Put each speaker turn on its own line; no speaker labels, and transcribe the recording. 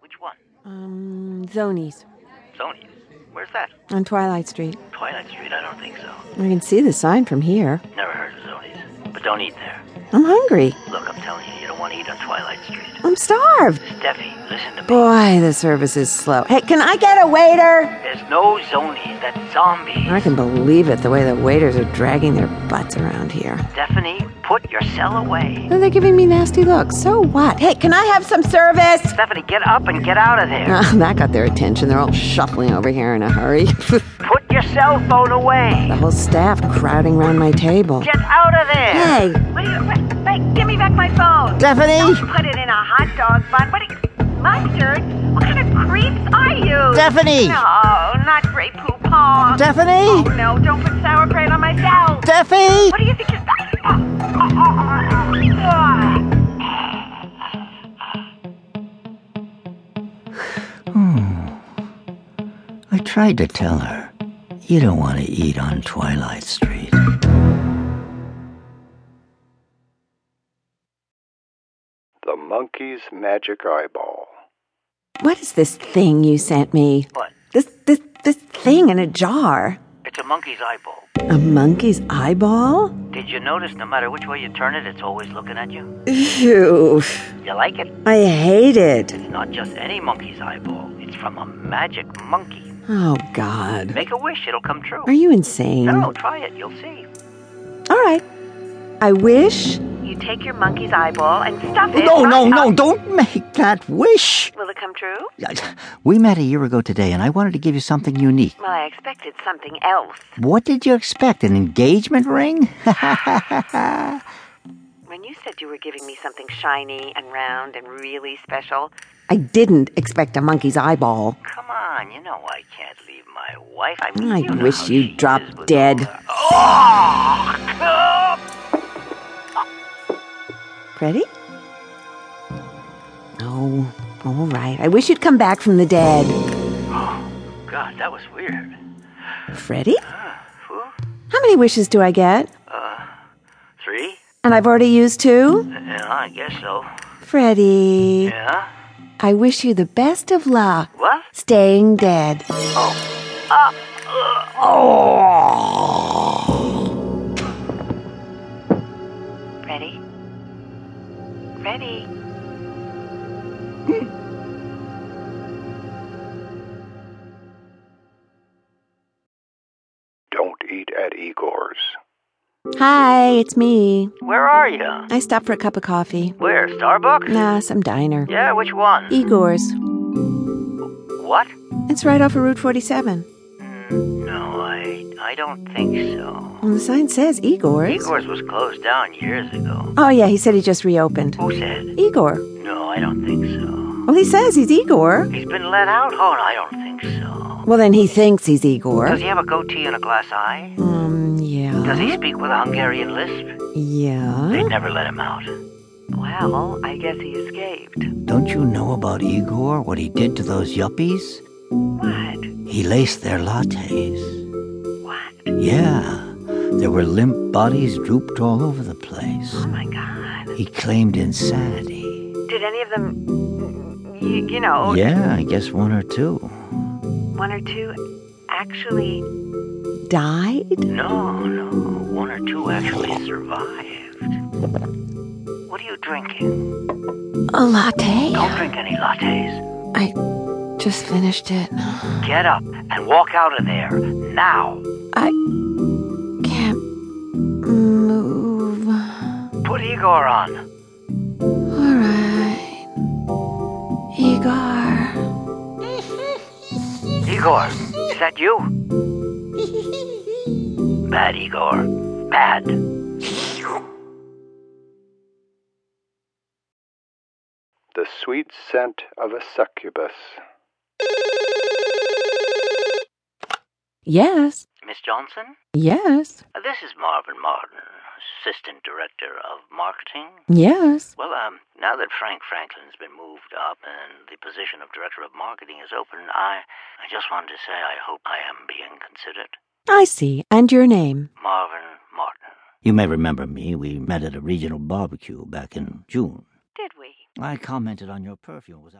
Which one?
Um, Zonies
Sony's. Where's that?
on Twilight Street.
Twilight Street? I don't think so.
I can see the sign from here.
Never heard of Sony's. But don't eat there.
I'm hungry.
Look, I'm telling you, you don't want to eat on Twilight Street.
I'm starved.
Steffi, listen to me.
Boy, the service is slow. Hey, can I get a waiter?
There's no Zonies. That's zombies.
I can believe it the way the waiters are dragging their butts around here.
Stephanie, put your cell away.
They're giving me nasty looks. So what? Hey, can I have some service?
Stephanie, get up and get out of there.
Ah, that got their attention. They're all shuffling over here in a hurry. the
Put your cell phone away.
whole staff crowding round my table.
Get out of there.
Hey,
What do you, wait, wait, give me back my phone.
Stephanie!
Put it in a hot dog bun. What do you, mustard? What kind of creeps are you?
Stephanie!
No, not great poupon.
Stephanie!
Oh, no, don't put sauerkraut on my salad.
Steffi!
What do you think is Oh, that?
I tried to tell her. You don't want to eat on Twilight Street.
The Monkey's Magic Eyeball.
What is this thing you sent me?
What?
This this this thing in a jar.
It's a monkey's eyeball.
A monkey's eyeball?
Did you notice no matter which way you turn it, it's always looking at you?
Ew.
You like it?
I hate it.
It's not just any monkey's eyeball. It's from a magic monkey.
Oh god.
Make a wish, it'll come true.
Are you insane?
No, try it, you'll see.
All right. I wish
You take your monkey's eyeball and stuff it.
No,
right
no, no,
up-
don't make that wish.
Will it come true?
We met a year ago today, and I wanted to give you something unique.
Well, I expected something else.
What did you expect? An engagement ring?
When you said you were giving me something shiny and round and really special,
I didn't expect a monkey's eyeball.
Come on, you know I can't leave my wife. I mean,
I
you know
wish
how
you
she
dropped
is with
dead.
all that- Oh, God!
Ready? Oh, all right. I wish you'd come back from the dead.
God, that was weird.
Freddie? How many wishes do I get?
Three?
And I've already used two?
Yeah, I guess so.
Freddie,
Yeah?
I wish you the best of luck
What?
staying dead.
ready? Ready?
Don't eat at Igor's.
Hi, it's me.
Where are you?
I stopped for a cup of coffee.
Where? Starbucks?
Nah, E- some diner.
Yeah, which one?
Igor's.
What?
It's right off of Route 47.
No, I I don't think so.
Well, the sign says Igor's.
Igor's was closed down years ago.
Oh, yeah, he said he just reopened.
Who said?
Igor.
No, I don't think so.
Well, he says he's Igor.
He's been let out? Oh, no, I don't think so.
Well, then he thinks he's Igor.
Does he have a goatee and a glass eye?
Um,
Does
yeah.
he speak with a Hungarian lisp? They'd
Yeah.
never let him out.
Well, I guess he escaped.
Don't you know about Igor, what he did to those yuppies?
What?
He laced their lattes.
What?
Yeah, there were limp bodies drooped all over the place.
Oh my God.
He claimed insanity.
Did any of them, you, you
Oh,
know,
Yeah, I guess one or two.
one or two actually?
Died?
No, no. One or two actually survived. What are you drinking?
A latte?
Don't drink any lattes.
I just finished it.
Get up and walk out of there now.
I can't move.
Put Igor on.
All right. Igor.
Igor, is that you? Bad Igor. Bad.
The sweet scent of a succubus.
Yes.
Miss Johnson? uh,
Yes.
This is Marvin Martin, Assistant Director of Marketing.
Yes.
Well, um, now that Frank Franklin's been moved up and the position of Director of Marketing is open, I, I just wanted to say I hope I am being considered.
I see. And your name?
Marvin Martin.
You may remember me. We met at a regional barbecue back in June.
Did we?
I commented on your perfume. Was